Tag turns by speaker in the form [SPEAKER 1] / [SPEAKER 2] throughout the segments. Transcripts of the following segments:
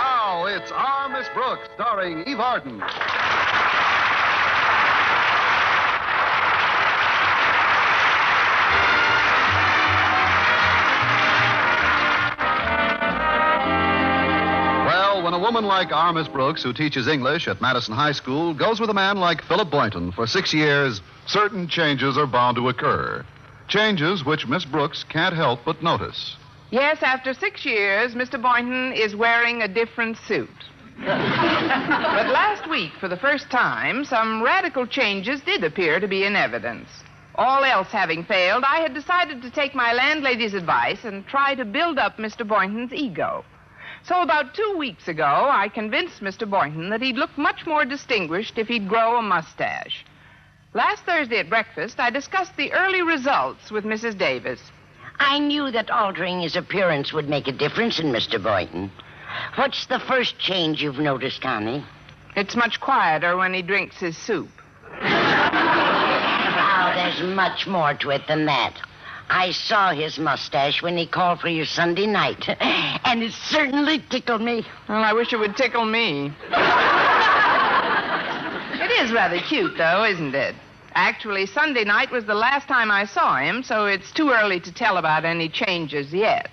[SPEAKER 1] Now it's Our Miss Brooks, starring Eve Arden. Well, when a woman like Our Miss Brooks, who teaches English at Madison High School, goes with a man like Philip Boynton for six years, certain changes are bound to occur. Changes which Miss Brooks can't help but notice.
[SPEAKER 2] Yes, after six years, Mr. Boynton is wearing a different suit. but last week, for the first time, some radical changes did appear to be in evidence. All else having failed, I had decided to take my landlady's advice and try to build up Mr. Boynton's ego. So about two weeks ago, I convinced Mr. Boynton that he'd look much more distinguished if he'd grow a mustache. Last Thursday at breakfast, I discussed the early results with Mrs. Davis.
[SPEAKER 3] I knew that altering his appearance would make a difference in Mr. Boynton. What's the first change you've noticed, Connie?
[SPEAKER 2] It's much quieter when he drinks his soup.
[SPEAKER 3] Oh, there's much more to it than that. I saw his mustache when he called for you Sunday night, and it certainly tickled me.
[SPEAKER 2] Well, I wish it would tickle me. it is rather cute, though, isn't it? Actually, Sunday night was the last time I saw him, so it's too early to tell about any changes yet.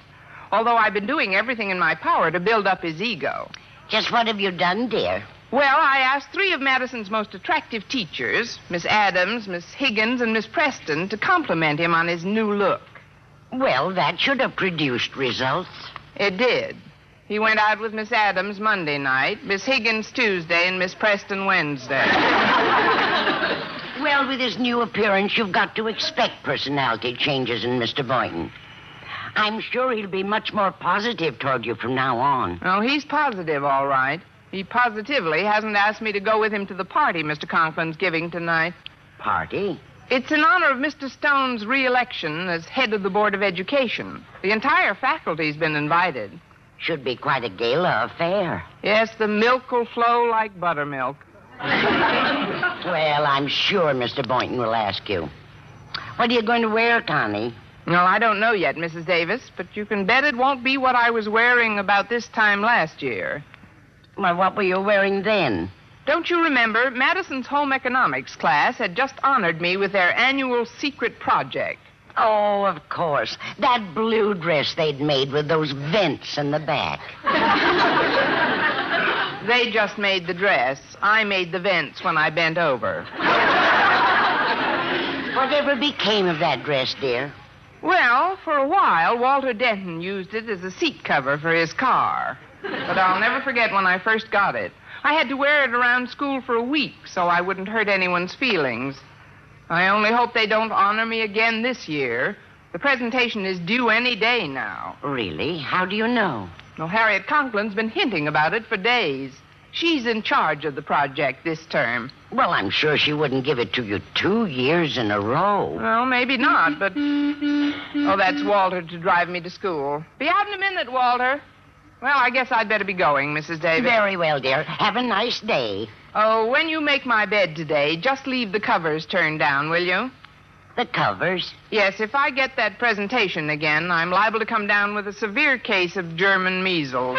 [SPEAKER 2] Although I've been doing everything in my power to build up his ego.
[SPEAKER 3] Just what have you done, dear?
[SPEAKER 2] Well, I asked three of Madison's most attractive teachers, Miss Adams, Miss Higgins, and Miss Preston, to compliment him on his new look.
[SPEAKER 3] Well, that should have produced results.
[SPEAKER 2] It did. He went out with Miss Adams Monday night, Miss Higgins Tuesday, and Miss Preston Wednesday.
[SPEAKER 3] Well, with his new appearance, you've got to expect personality changes in Mr. Boynton. I'm sure he'll be much more positive toward you from now on.
[SPEAKER 2] Oh, he's positive, all right. He positively hasn't asked me to go with him to the party Mr. Conklin's giving tonight.
[SPEAKER 3] Party?
[SPEAKER 2] It's in honor of Mr. Stone's reelection as head of the Board of Education. The entire faculty's been invited.
[SPEAKER 3] Should be quite a gala affair.
[SPEAKER 2] Yes, the milk will flow like buttermilk.
[SPEAKER 3] Well, I'm sure Mr. Boynton will ask you. What are you going to wear, Connie?
[SPEAKER 2] No, I don't know yet, Mrs. Davis, but you can bet it won't be what I was wearing about this time last year.
[SPEAKER 3] Well, what were you wearing then?
[SPEAKER 2] Don't you remember? Madison's home economics class had just honored me with their annual secret project.
[SPEAKER 3] Oh, of course. That blue dress they'd made with those vents in the back.
[SPEAKER 2] They just made the dress. I made the vents when I bent over.
[SPEAKER 3] Whatever became of that dress, dear?
[SPEAKER 2] Well, for a while, Walter Denton used it as a seat cover for his car. But I'll never forget when I first got it. I had to wear it around school for a week so I wouldn't hurt anyone's feelings. I only hope they don't honor me again this year. The presentation is due any day now.
[SPEAKER 3] Really? How do you know?
[SPEAKER 2] Well, Harriet Conklin's been hinting about it for days. She's in charge of the project this term.
[SPEAKER 3] Well, I'm sure she wouldn't give it to you two years in a row.
[SPEAKER 2] Well, maybe not, but. Oh, that's Walter to drive me to school. Be out in a minute, Walter. Well, I guess I'd better be going, Mrs. Davis.
[SPEAKER 3] Very well, dear. Have a nice day.
[SPEAKER 2] Oh, when you make my bed today, just leave the covers turned down, will you?
[SPEAKER 3] The covers.
[SPEAKER 2] Yes, if I get that presentation again, I'm liable to come down with a severe case of German measles.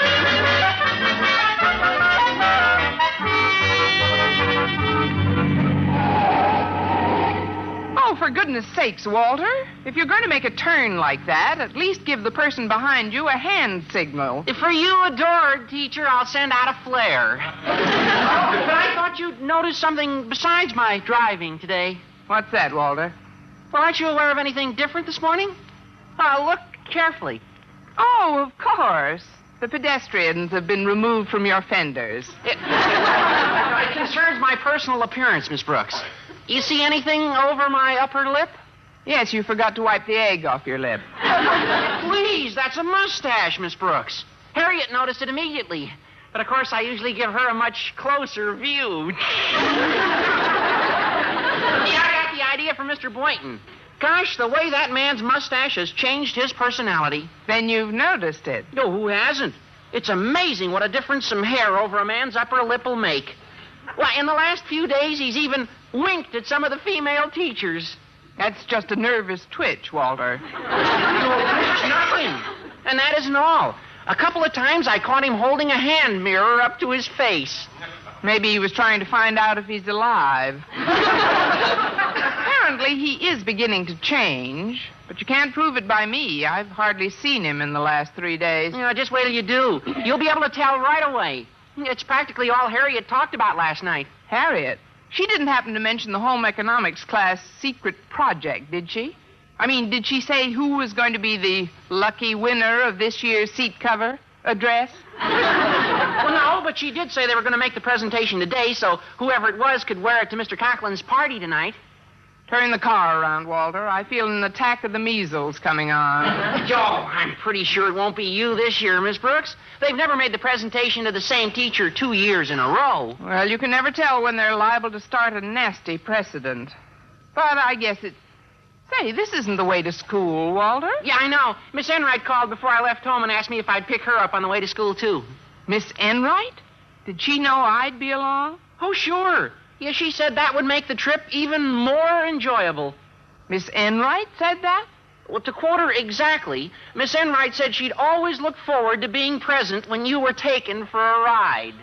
[SPEAKER 2] Oh, for for goodness sakes, Walter, if you're going to make a turn like that, at least give the person behind you a hand signal.
[SPEAKER 4] For you, adored teacher, I'll send out a flare. but I thought you'd noticed something besides my driving today.
[SPEAKER 2] What's that, Walter?
[SPEAKER 4] Well, aren't you aware of anything different this morning? I'll look carefully.
[SPEAKER 2] Oh, of course. The pedestrians have been removed from your fenders.
[SPEAKER 4] It concerns my personal appearance, Miss Brooks. You see anything over my upper lip?
[SPEAKER 2] Yes, you forgot to wipe the egg off your lip.
[SPEAKER 4] Please, that's a mustache, Miss Brooks. Harriet noticed it immediately. But of course, I usually give her a much closer view. See, I got the idea from Mr. Boynton. Gosh, the way that man's mustache has changed his personality.
[SPEAKER 2] Then you've noticed it.
[SPEAKER 4] No, who hasn't? It's amazing what a difference some hair over a man's upper lip will make. Why, in the last few days, he's even winked at some of the female teachers.
[SPEAKER 2] That's just a nervous twitch, Walter.
[SPEAKER 4] Nothing. And that isn't all. A couple of times I caught him holding a hand mirror up to his face.
[SPEAKER 2] Maybe he was trying to find out if he's alive. Apparently, he is beginning to change, but you can't prove it by me. I've hardly seen him in the last three days.
[SPEAKER 4] You know, just wait till you do. You'll be able to tell right away. It's practically all Harriet talked about last night.
[SPEAKER 2] Harriet, she didn't happen to mention the home economics class secret project, did she? I mean, did she say who was going to be the lucky winner of this year's seat cover address?
[SPEAKER 4] Well, no, but she did say they were going to make the presentation today, so whoever it was could wear it to Mr. Conklin's party tonight.
[SPEAKER 2] Turn the car around, Walter. I feel an attack of the measles coming on.
[SPEAKER 4] Yo, I'm pretty sure it won't be you this year, Miss Brooks. They've never made the presentation to the same teacher two years in a row.
[SPEAKER 2] Well, you can never tell when they're liable to start a nasty precedent. But I guess it. Say, this isn't the way to school, Walter.
[SPEAKER 4] Yeah, I know. Miss Enright called before I left home and asked me if I'd pick her up on the way to school, too.
[SPEAKER 2] Miss Enright? Did she know I'd be along?
[SPEAKER 4] Oh, sure. Yeah, she said that would make the trip even more enjoyable.
[SPEAKER 2] Miss Enright said that?
[SPEAKER 4] Well, to quote her exactly, Miss Enright said she'd always look forward to being present when you were taken for a ride.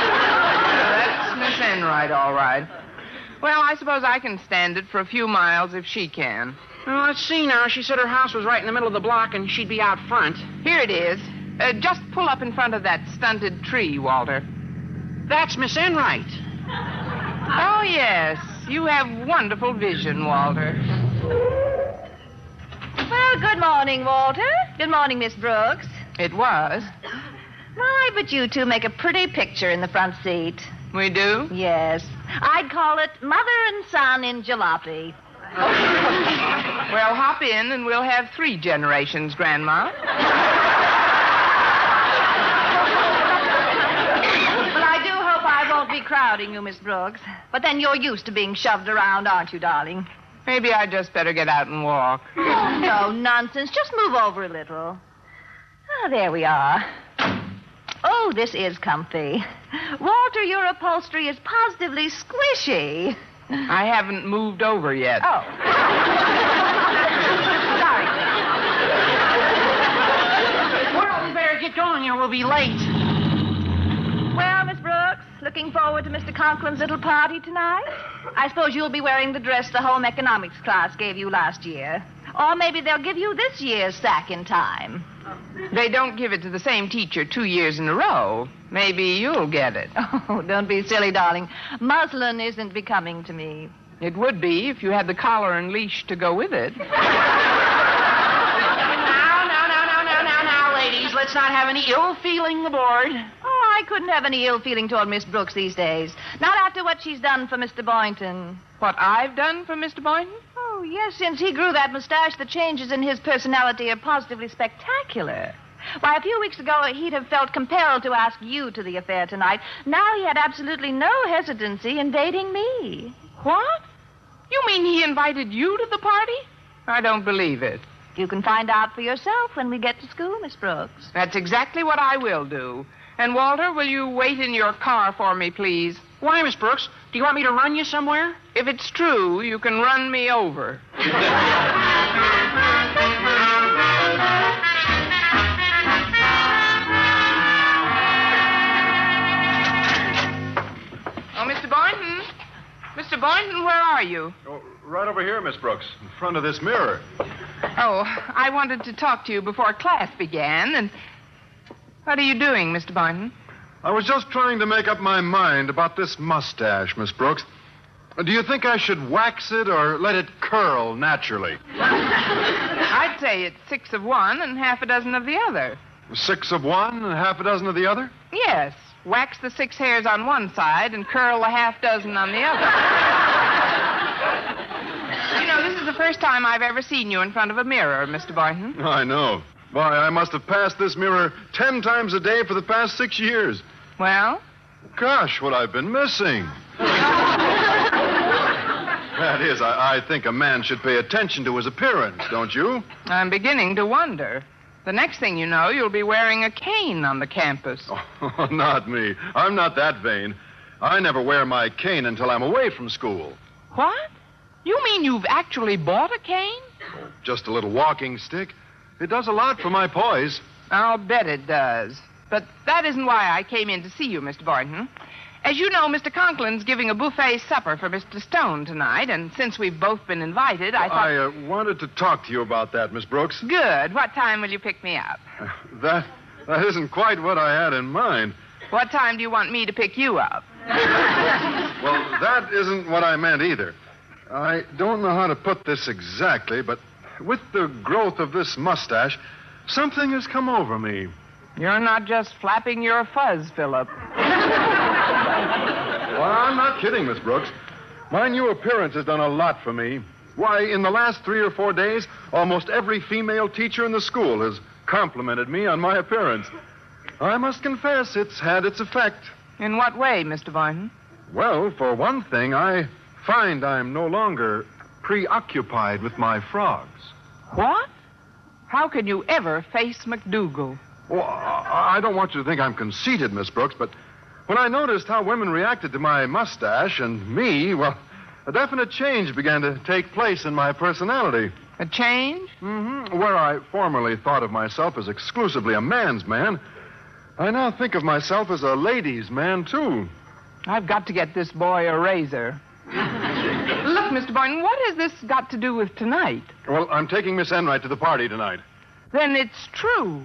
[SPEAKER 2] That's Miss Enright, all right. Well, I suppose I can stand it for a few miles if she can.
[SPEAKER 4] Well, let's Oh, see now. She said her house was right in the middle of the block and she'd be out front.
[SPEAKER 2] Here it is. Uh, just pull up in front of that stunted tree, Walter.
[SPEAKER 4] That's Miss Enright.
[SPEAKER 2] Oh, yes. You have wonderful vision, Walter.
[SPEAKER 5] Well, good morning, Walter. Good morning, Miss Brooks.
[SPEAKER 2] It was.
[SPEAKER 5] My, but you two make a pretty picture in the front seat.
[SPEAKER 2] We do?
[SPEAKER 5] Yes. I'd call it Mother and Son in Jalopy.
[SPEAKER 2] Well, hop in and we'll have three generations, Grandma.
[SPEAKER 5] Well, I do hope I won't be crowding you, Miss Brooks. But then you're used to being shoved around, aren't you, darling?
[SPEAKER 2] Maybe I just better get out and walk.
[SPEAKER 5] Oh, no nonsense. Just move over a little. Ah, there we are. Oh, this is comfy. Walter, your upholstery is positively squishy.
[SPEAKER 2] I haven't moved over yet.
[SPEAKER 5] Oh. Sorry.
[SPEAKER 4] Well, we better get going or we'll be late.
[SPEAKER 5] Well, Miss Brooks, looking forward to Mr. Conklin's little party tonight? I suppose you'll be wearing the dress the home economics class gave you last year. Or maybe they'll give you this year's sack in time.
[SPEAKER 2] They don't give it to the same teacher two years in a row. Maybe you'll get it.
[SPEAKER 5] Oh, don't be silly, darling. Muslin isn't becoming to me.
[SPEAKER 2] It would be if you had the collar and leash to go with it.
[SPEAKER 4] Now, now, now, now, now, now, now, ladies. Let's not have any ill feeling aboard.
[SPEAKER 5] Oh, I couldn't have any ill feeling toward Miss Brooks these days. Not after what she's done for Mr. Boynton.
[SPEAKER 2] What I've done for Mr. Boynton?
[SPEAKER 5] Oh, yes, since he grew that mustache, the changes in his personality are positively spectacular. Why, a few weeks ago, he'd have felt compelled to ask you to the affair tonight. Now he had absolutely no hesitancy in dating me.
[SPEAKER 2] What? You mean he invited you to the party? I don't believe it.
[SPEAKER 5] You can find out for yourself when we get to school, Miss Brooks.
[SPEAKER 2] That's exactly what I will do. And, Walter, will you wait in your car for me, please?
[SPEAKER 4] Why, Miss Brooks? Do you want me to run you somewhere?
[SPEAKER 2] If it's true, you can run me over. oh, Mr. Boynton. Mr. Boynton, where are you? you?
[SPEAKER 1] Oh, right over here, Miss Brooks, in front of this mirror.
[SPEAKER 2] Oh, I wanted to talk to you before class began, and. What are you doing, Mr. Boynton?
[SPEAKER 1] I was just trying to make up my mind about this mustache, Miss Brooks. Do you think I should wax it or let it curl naturally?
[SPEAKER 2] I'd say it's six of one and half a dozen of the other.
[SPEAKER 1] Six of one and half a dozen of the other?
[SPEAKER 2] Yes. Wax the six hairs on one side and curl a half dozen on the other. you know, this is the first time I've ever seen you in front of a mirror, Mr. Boynton.
[SPEAKER 1] I know. Boy, I must have passed this mirror ten times a day for the past six years.
[SPEAKER 2] Well,
[SPEAKER 1] Gosh, what I've been missing. that is, I, I think a man should pay attention to his appearance, don't you?
[SPEAKER 2] I'm beginning to wonder. The next thing you know, you'll be wearing a cane on the campus.
[SPEAKER 1] Oh, not me. I'm not that vain. I never wear my cane until I'm away from school.
[SPEAKER 2] What? You mean you've actually bought a cane?
[SPEAKER 1] Just a little walking stick. It does a lot for my poise.
[SPEAKER 2] I'll bet it does. But that isn't why I came in to see you, Mr. Boynton. As you know, Mr. Conklin's giving a buffet supper for Mr. Stone tonight, and since we've both been invited, I thought.
[SPEAKER 1] I uh, wanted to talk to you about that, Miss Brooks.
[SPEAKER 2] Good. What time will you pick me up?
[SPEAKER 1] That that isn't quite what I had in mind.
[SPEAKER 2] What time do you want me to pick you up?
[SPEAKER 1] Well, that isn't what I meant either. I don't know how to put this exactly, but with the growth of this mustache, something has come over me.
[SPEAKER 2] You're not just flapping your fuzz, Philip.
[SPEAKER 1] Well, I'm not kidding, Miss Brooks. My new appearance has done a lot for me. Why, in the last three or four days, almost every female teacher in the school has complimented me on my appearance. I must confess, it's had its effect.
[SPEAKER 2] In what way, Mr. Boynton?
[SPEAKER 1] Well, for one thing, I find I'm no longer preoccupied with my frogs.
[SPEAKER 2] What? How can you ever face McDougal?
[SPEAKER 1] Well, I I don't want you to think I'm conceited, Miss Brooks, but when I noticed how women reacted to my mustache and me, well, a definite change began to take place in my personality.
[SPEAKER 2] A change?
[SPEAKER 1] hmm Where I formerly thought of myself as exclusively a man's man, I now think of myself as a lady's man, too.
[SPEAKER 2] I've got to get this boy a razor. Look, Mr. Boynton, what has this got to do with tonight?
[SPEAKER 1] Well, I'm taking Miss Enright to the party tonight.
[SPEAKER 2] Then it's true.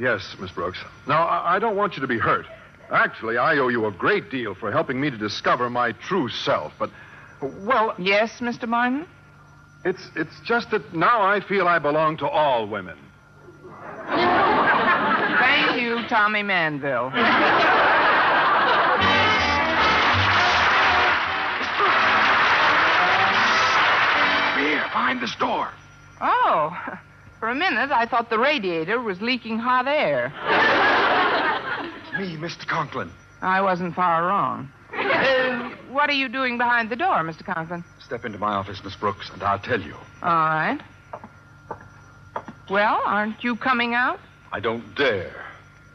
[SPEAKER 1] Yes, Miss Brooks. Now, I, I don't want you to be hurt. Actually, I owe you a great deal for helping me to discover my true self, but, well,
[SPEAKER 2] Yes, Mr. Boynton?
[SPEAKER 1] it's, it's just that now I feel I belong to all women.
[SPEAKER 2] Thank you, Tommy Manville.
[SPEAKER 6] Here, behind this door.
[SPEAKER 2] Oh, for a minute I thought the radiator was leaking hot air.
[SPEAKER 6] Me, Mr. Conklin.
[SPEAKER 2] I wasn't far wrong. Uh, what are you doing behind the door, Mr. Conklin?
[SPEAKER 6] Step into my office, Miss Brooks, and I'll tell you.
[SPEAKER 2] All right. Well, aren't you coming out?
[SPEAKER 6] I don't dare.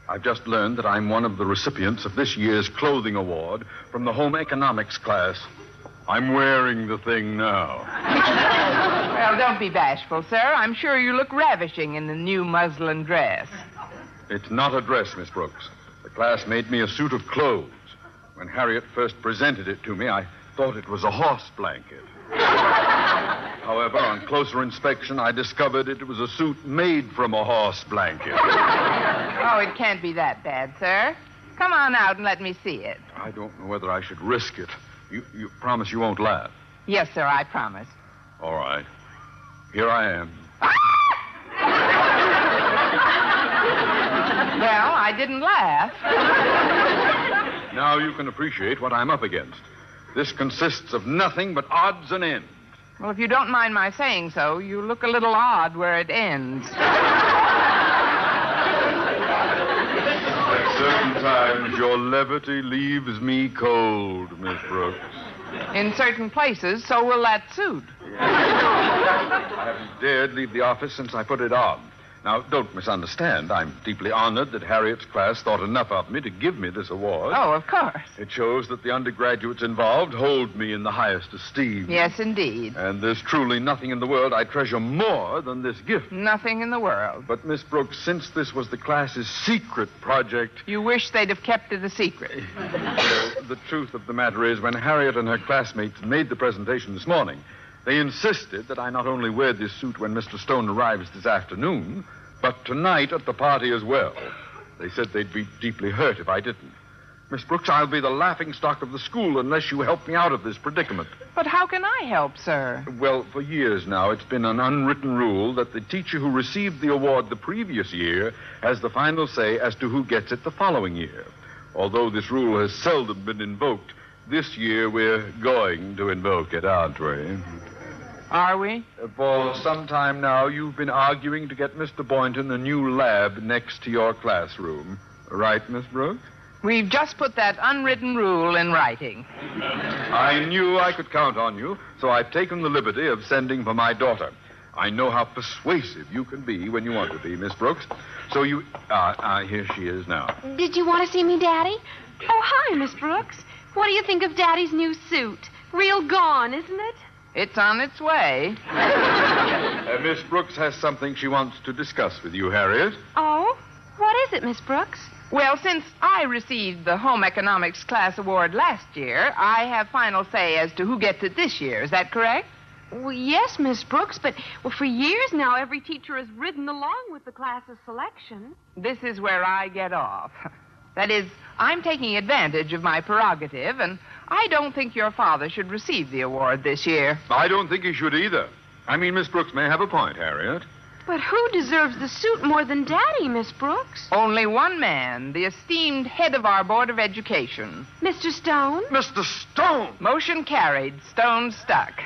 [SPEAKER 6] I've just learned that I'm one of the recipients of this year's clothing award from the home economics class. I'm wearing the thing now.
[SPEAKER 2] Well, don't be bashful, sir. I'm sure you look ravishing in the new muslin dress.
[SPEAKER 6] It's not a dress, Miss Brooks. The class made me a suit of clothes. When Harriet first presented it to me, I thought it was a horse blanket. However, on closer inspection, I discovered it was a suit made from a horse blanket.
[SPEAKER 2] Oh, it can't be that bad, sir. Come on out and let me see it.
[SPEAKER 6] I don't know whether I should risk it. You, you promise you won't laugh.
[SPEAKER 2] Yes, sir, I promise.
[SPEAKER 6] All right. Here I am.
[SPEAKER 2] Well, I didn't laugh.
[SPEAKER 6] Now you can appreciate what I'm up against. This consists of nothing but odds and ends.
[SPEAKER 2] Well, if you don't mind my saying so, you look a little odd where it ends.
[SPEAKER 6] At certain times, your levity leaves me cold, Miss Brooks.
[SPEAKER 2] In certain places, so will that suit.
[SPEAKER 6] I haven't dared leave the office since I put it on.
[SPEAKER 1] Now, don't misunderstand. I'm deeply honored that Harriet's class thought enough of me to give me this award.
[SPEAKER 2] Oh, of course.
[SPEAKER 1] It shows that the undergraduates involved hold me in the highest esteem.
[SPEAKER 2] Yes, indeed.
[SPEAKER 1] And there's truly nothing in the world I treasure more than this gift.
[SPEAKER 2] Nothing in the world.
[SPEAKER 1] But, Miss Brooks, since this was the class's secret project,
[SPEAKER 2] You wish they'd have kept it a secret.
[SPEAKER 1] the truth of the matter is, when Harriet and her classmates made the presentation this morning, they insisted that I not only wear this suit when Mr. Stone arrives this afternoon, but tonight at the party as well. They said they'd be deeply hurt if I didn't. Miss Brooks, I'll be the laughing stock of the school unless you help me out of this predicament.
[SPEAKER 2] But how can I help, sir?
[SPEAKER 1] Well, for years now, it's been an unwritten rule that the teacher who received the award the previous year has the final say as to who gets it the following year. Although this rule has seldom been invoked, this year we're going to invoke it, aren't we?
[SPEAKER 2] Are we?
[SPEAKER 1] For some time now, you've been arguing to get Mr. Boynton a new lab next to your classroom. Right, Miss Brooks?
[SPEAKER 2] We've just put that unwritten rule in writing.
[SPEAKER 1] I knew I could count on you, so I've taken the liberty of sending for my daughter. I know how persuasive you can be when you want to be, Miss Brooks. So you. Ah, ah, here she is now.
[SPEAKER 7] Did you want to see me, Daddy? Oh, hi, Miss Brooks. What do you think of Daddy's new suit? Real gone, isn't it?
[SPEAKER 2] It's on its way.
[SPEAKER 1] Uh, Miss Brooks has something she wants to discuss with you, Harriet.
[SPEAKER 7] Oh? What is it, Miss Brooks?
[SPEAKER 2] Well, since I received the home economics class award last year, I have final say as to who gets it this year. Is that correct?
[SPEAKER 7] Well, yes, Miss Brooks, but well, for years now, every teacher has ridden along with the class's selection.
[SPEAKER 2] This is where I get off. That is, I'm taking advantage of my prerogative, and I don't think your father should receive the award this year.
[SPEAKER 1] I don't think he should either. I mean, Miss Brooks may have a point, Harriet.
[SPEAKER 7] But who deserves the suit more than Daddy, Miss Brooks?
[SPEAKER 2] Only one man, the esteemed head of our Board of Education.
[SPEAKER 7] Mr. Stone?
[SPEAKER 1] Mr. Stone!
[SPEAKER 2] Motion carried, stone stuck.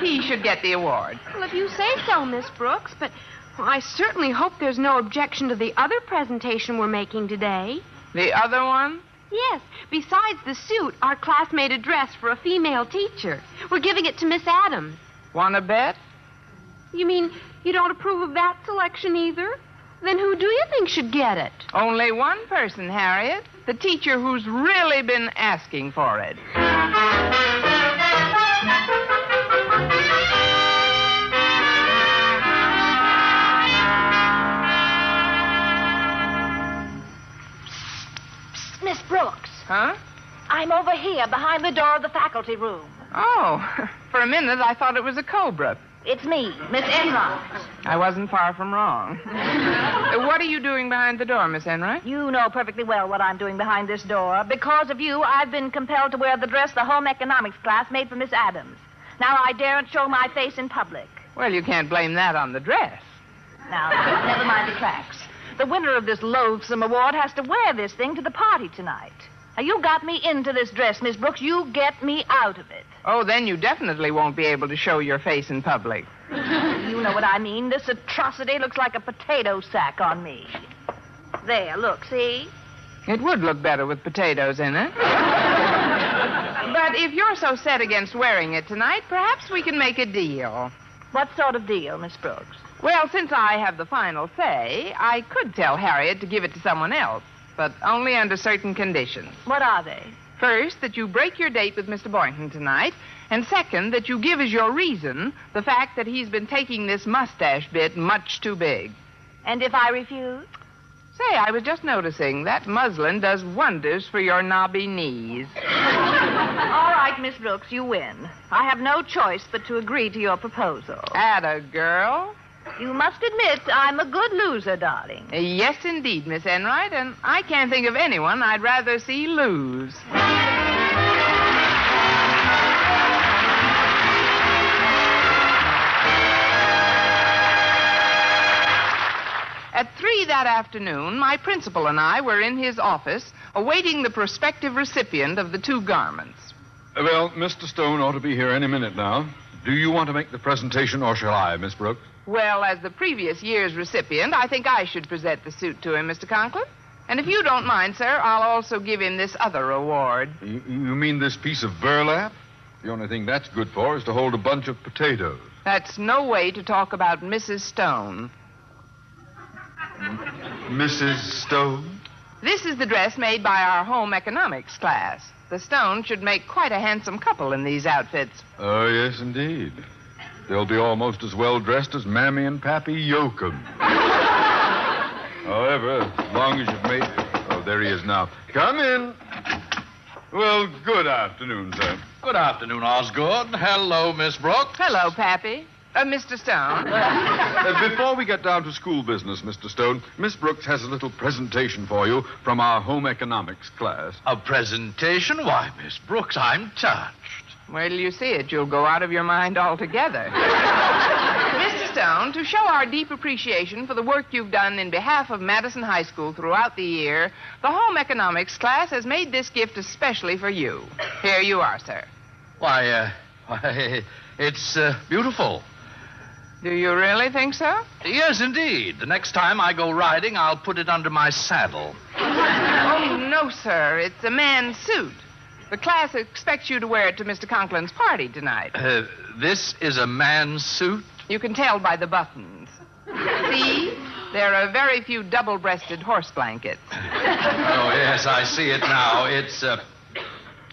[SPEAKER 2] he should get the award.
[SPEAKER 7] Well, if you say so, Miss Brooks, but well, I certainly hope there's no objection to the other presentation we're making today.
[SPEAKER 2] The other one?
[SPEAKER 7] Yes, besides the suit, our class made a dress for a female teacher. We're giving it to Miss Adams.
[SPEAKER 2] Want to bet?
[SPEAKER 7] You mean you don't approve of that selection either? Then who do you think should get it?
[SPEAKER 2] Only one person, Harriet. The teacher who's really been asking for it.
[SPEAKER 5] Miss Brooks,
[SPEAKER 2] Huh?
[SPEAKER 5] I'm over here behind the door of the faculty room.
[SPEAKER 2] Oh, for a minute I thought it was a cobra.
[SPEAKER 5] It's me, Miss Enright.
[SPEAKER 2] I wasn't far from wrong. Uh, what are you doing behind the door, Miss Enright?
[SPEAKER 5] You know perfectly well what I'm doing behind this door. Because of you, I've been compelled to wear the dress the home economics class made for Miss Adams. Now I daren't show my face in public.
[SPEAKER 2] Well, you can't blame that on the dress.
[SPEAKER 5] Now, never mind the facts. The winner of this loathsome award has to wear this thing to the party tonight. Now, you got me into this dress, Miss Brooks. You get me out of it.
[SPEAKER 2] Oh, then you definitely won't be able to show your face in public.
[SPEAKER 5] You know what I mean. This atrocity looks like a potato sack on me. There, look, see?
[SPEAKER 2] It would look better with potatoes in it. but if you're so set against wearing it tonight, perhaps we can make a deal.
[SPEAKER 5] What sort of deal, Miss Brooks?
[SPEAKER 2] Well, since I have the final say, I could tell Harriet to give it to someone else, but only under certain conditions.
[SPEAKER 5] What are they?
[SPEAKER 2] First, that you break your date with Mr. Boynton tonight. And second, that you give as your reason the fact that he's been taking this mustache bit much too big.
[SPEAKER 5] And if I refuse?
[SPEAKER 2] Say, I was just noticing that muslin does wonders for your knobby knees.
[SPEAKER 5] All right, Miss Brooks, you win. I have no choice but to agree to your proposal.
[SPEAKER 2] Atta girl.
[SPEAKER 5] You must admit I'm a good loser, darling.
[SPEAKER 2] Yes, indeed, Miss Enright, and I can't think of anyone I'd rather see lose. At three that afternoon, my principal and I were in his office awaiting the prospective recipient of the two garments.
[SPEAKER 1] uh, Well, Mr. Stone ought to be here any minute now. Do you want to make the presentation, or shall I, Miss Brooks?
[SPEAKER 2] Well, as the previous year's recipient, I think I should present the suit to him, Mr. Conklin. And if you don't mind, sir, I'll also give him this other award.
[SPEAKER 1] You, you mean this piece of burlap? The only thing that's good for is to hold a bunch of potatoes.
[SPEAKER 2] That's no way to talk about Mrs. Stone.
[SPEAKER 1] Mrs. Stone?
[SPEAKER 2] This is the dress made by our home economics class. The Stone should make quite a handsome couple in these outfits.
[SPEAKER 1] Oh, yes, indeed. They'll be almost as well dressed as Mammy and Pappy Yoakum. However, as long as you've made. Oh, there he is now. Come in. Well, good afternoon, sir.
[SPEAKER 8] Good afternoon, Osgood. Hello, Miss Brooks.
[SPEAKER 2] Hello, Pappy. Uh, Mr. Stone.
[SPEAKER 1] Uh, before we get down to school business, Mr. Stone, Miss Brooks has a little presentation for you from our home economics class.
[SPEAKER 8] A presentation? Why, Miss Brooks, I'm touched.
[SPEAKER 2] Wait till you see it. You'll go out of your mind altogether. Mr. Stone, to show our deep appreciation for the work you've done in behalf of Madison High School throughout the year, the home economics class has made this gift especially for you. Here you are, sir.
[SPEAKER 8] Why, uh, why it's uh, beautiful.
[SPEAKER 2] Do you really think so?
[SPEAKER 8] Yes, indeed. The next time I go riding, I'll put it under my saddle.
[SPEAKER 2] oh, no, sir. It's a man's suit. The class expects you to wear it to Mr. Conklin's party tonight.
[SPEAKER 8] Uh, this is a man's suit?
[SPEAKER 2] You can tell by the buttons. see? There are very few double breasted horse blankets. oh,
[SPEAKER 8] yes, I see it now. It's uh,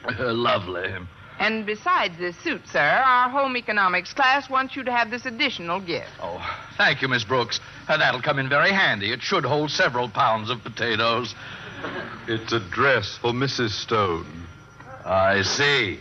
[SPEAKER 8] uh, lovely.
[SPEAKER 2] And besides this suit, sir, our home economics class wants you to have this additional gift.
[SPEAKER 8] Oh, thank you, Miss Brooks. Uh, that'll come in very handy. It should hold several pounds of potatoes.
[SPEAKER 1] It's a dress for Mrs. Stone.
[SPEAKER 8] I see.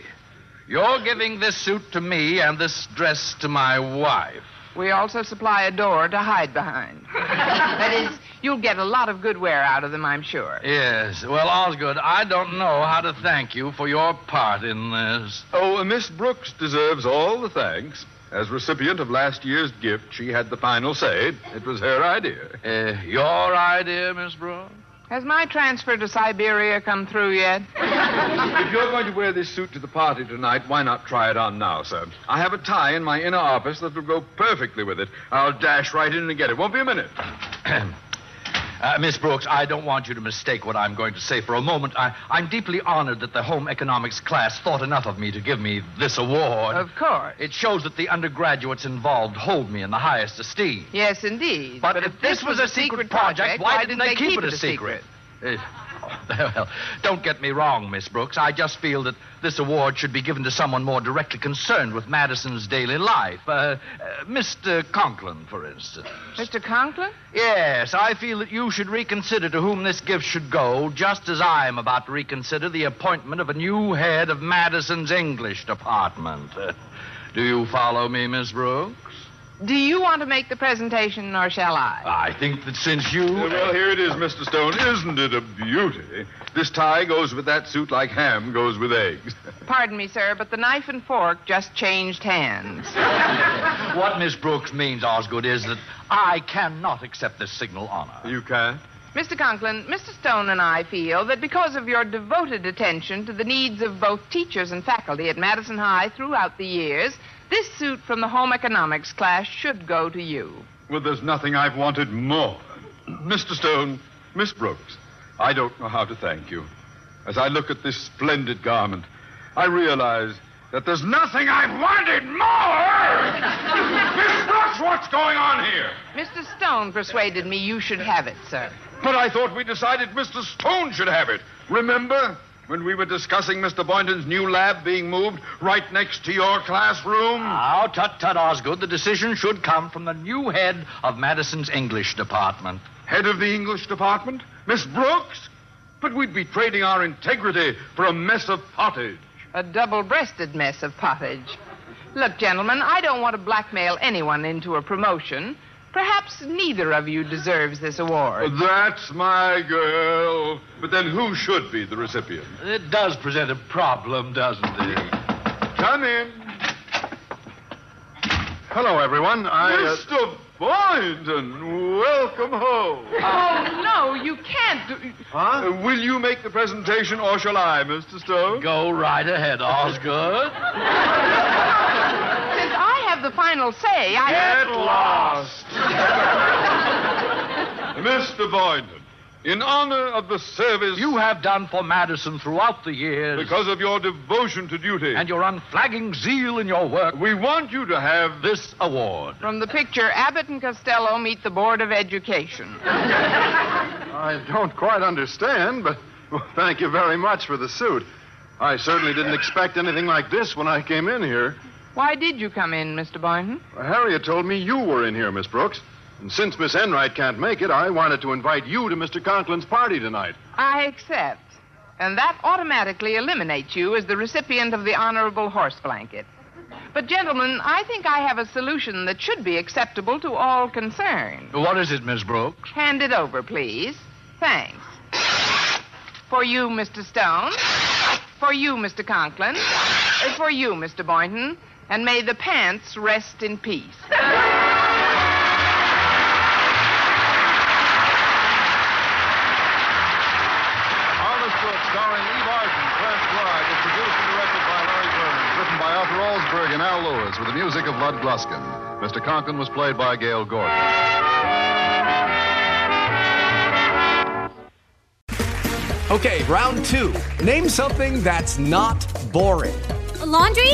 [SPEAKER 8] You're giving this suit to me and this dress to my wife.
[SPEAKER 2] We also supply a door to hide behind. that is, you'll get a lot of good wear out of them, I'm sure.
[SPEAKER 8] Yes. Well, Osgood, I don't know how to thank you for your part in this.
[SPEAKER 1] Oh, uh, Miss Brooks deserves all the thanks. As recipient of last year's gift, she had the final say. It was her idea.
[SPEAKER 8] Uh, your idea, Miss Brooks?
[SPEAKER 2] Has my transfer to Siberia come through yet?
[SPEAKER 1] if you're going to wear this suit to the party tonight, why not try it on now, sir? I have a tie in my inner office that will go perfectly with it. I'll dash right in and get it. Won't be a minute.
[SPEAKER 8] Uh, Miss Brooks, I don't want you to mistake what I'm going to say for a moment. I, am deeply honored that the home economics class thought enough of me to give me this award.
[SPEAKER 2] Of course.
[SPEAKER 8] It shows that the undergraduates involved hold me in the highest esteem.
[SPEAKER 2] Yes, indeed.
[SPEAKER 8] But, but if, if, this, this was, was, a secret, secret project, project, why, didn't, didn't they, keep, keep, it a secret? secret? Uh, well, don't get me wrong, Miss Brooks. I just feel that this award should be given to someone more directly concerned with Madison's daily life. Uh, uh, Mr. Conklin, for instance.
[SPEAKER 2] Mr. Conklin?
[SPEAKER 8] Yes, I feel that you should reconsider to whom this gift should go, just as I am about to reconsider the appointment of a new head of Madison's English department. Uh, do you follow me, Miss Brooks?
[SPEAKER 2] Do you want to make the presentation, or shall I?
[SPEAKER 8] I think that since you.
[SPEAKER 1] Uh, well, here it is, Mr. Stone. Isn't it a beauty? This tie goes with that suit like ham goes with eggs.
[SPEAKER 2] Pardon me, sir, but the knife and fork just changed hands.
[SPEAKER 8] what Miss Brooks means, Osgood, is that I cannot accept this signal honor.
[SPEAKER 1] You can't?
[SPEAKER 2] Mr. Conklin, Mr. Stone and I feel that because of your devoted attention to the needs of both teachers and faculty at Madison High throughout the years, this suit from the home economics class should go to you.
[SPEAKER 1] Well, there's nothing I've wanted more. Mr. Stone, Miss Brooks, I don't know how to thank you. As I look at this splendid garment, I realize that there's nothing I've wanted more! Miss Brooks, what's going on here?
[SPEAKER 2] Mr. Stone persuaded me you should have it, sir.
[SPEAKER 1] But I thought we decided Mr. Stone should have it. Remember? when we were discussing Mr. Boynton's new lab being moved right next to your classroom?
[SPEAKER 8] Now, tut tut, Osgood. The decision should come from the new head of Madison's English department.
[SPEAKER 1] Head of the English department? Miss Brooks? But we'd be trading our integrity for a mess of pottage.
[SPEAKER 2] A double breasted mess of pottage. Look, gentlemen, I don't want to blackmail anyone into a promotion. Perhaps neither of you deserves this award.
[SPEAKER 1] Oh, That's my girl. But then who should be the recipient?
[SPEAKER 8] It does present a problem, doesn't it?
[SPEAKER 1] Come in. Hello, everyone. I. Mr. Uh... Boynton, welcome home.
[SPEAKER 2] Oh, no, you can't do.
[SPEAKER 1] Huh? Uh, will you make the presentation or shall I, Mr. Stone?
[SPEAKER 8] Go right ahead, Osgood.
[SPEAKER 2] the final say. I
[SPEAKER 1] get lost, Mr. Boynton. in honor of the service
[SPEAKER 9] you have done for Madison throughout the years.
[SPEAKER 1] Because of your devotion to duty.
[SPEAKER 9] And your unflagging zeal in your work.
[SPEAKER 1] We want you to have
[SPEAKER 9] this award.
[SPEAKER 2] From the picture, Abbott and Costello meet the Board of Education.
[SPEAKER 1] I don't quite understand, but well, thank you very much for the suit. I certainly didn't expect anything like this when I came in here.
[SPEAKER 2] Why did you come in, Mr. Boynton?
[SPEAKER 1] Well, Harriet told me you were in here, Miss Brooks. And since Miss Enright can't make it, I wanted to invite you to Mr. Conklin's party tonight.
[SPEAKER 2] I accept. And that automatically eliminates you as the recipient of the honorable horse blanket. But, gentlemen, I think I have a solution that should be acceptable to all concerned.
[SPEAKER 9] What is it, Miss Brooks?
[SPEAKER 2] Hand it over, please. Thanks. For you, Mr. Stone. For you, Mr. Conklin. And for you, Mr. Boynton. And may the pants rest in peace.
[SPEAKER 1] Harvest Brooks, starring Eve Arden, Clarence Floyd, is produced
[SPEAKER 10] Written by Arthur Allsberg
[SPEAKER 1] and directed by Larry Berman.
[SPEAKER 10] and Al Lewis with the music of Lud Gluskin. Mr. Conklin was played by Gail Gordon.
[SPEAKER 4] Okay, round two. Name something that's not boring.
[SPEAKER 5] A laundry?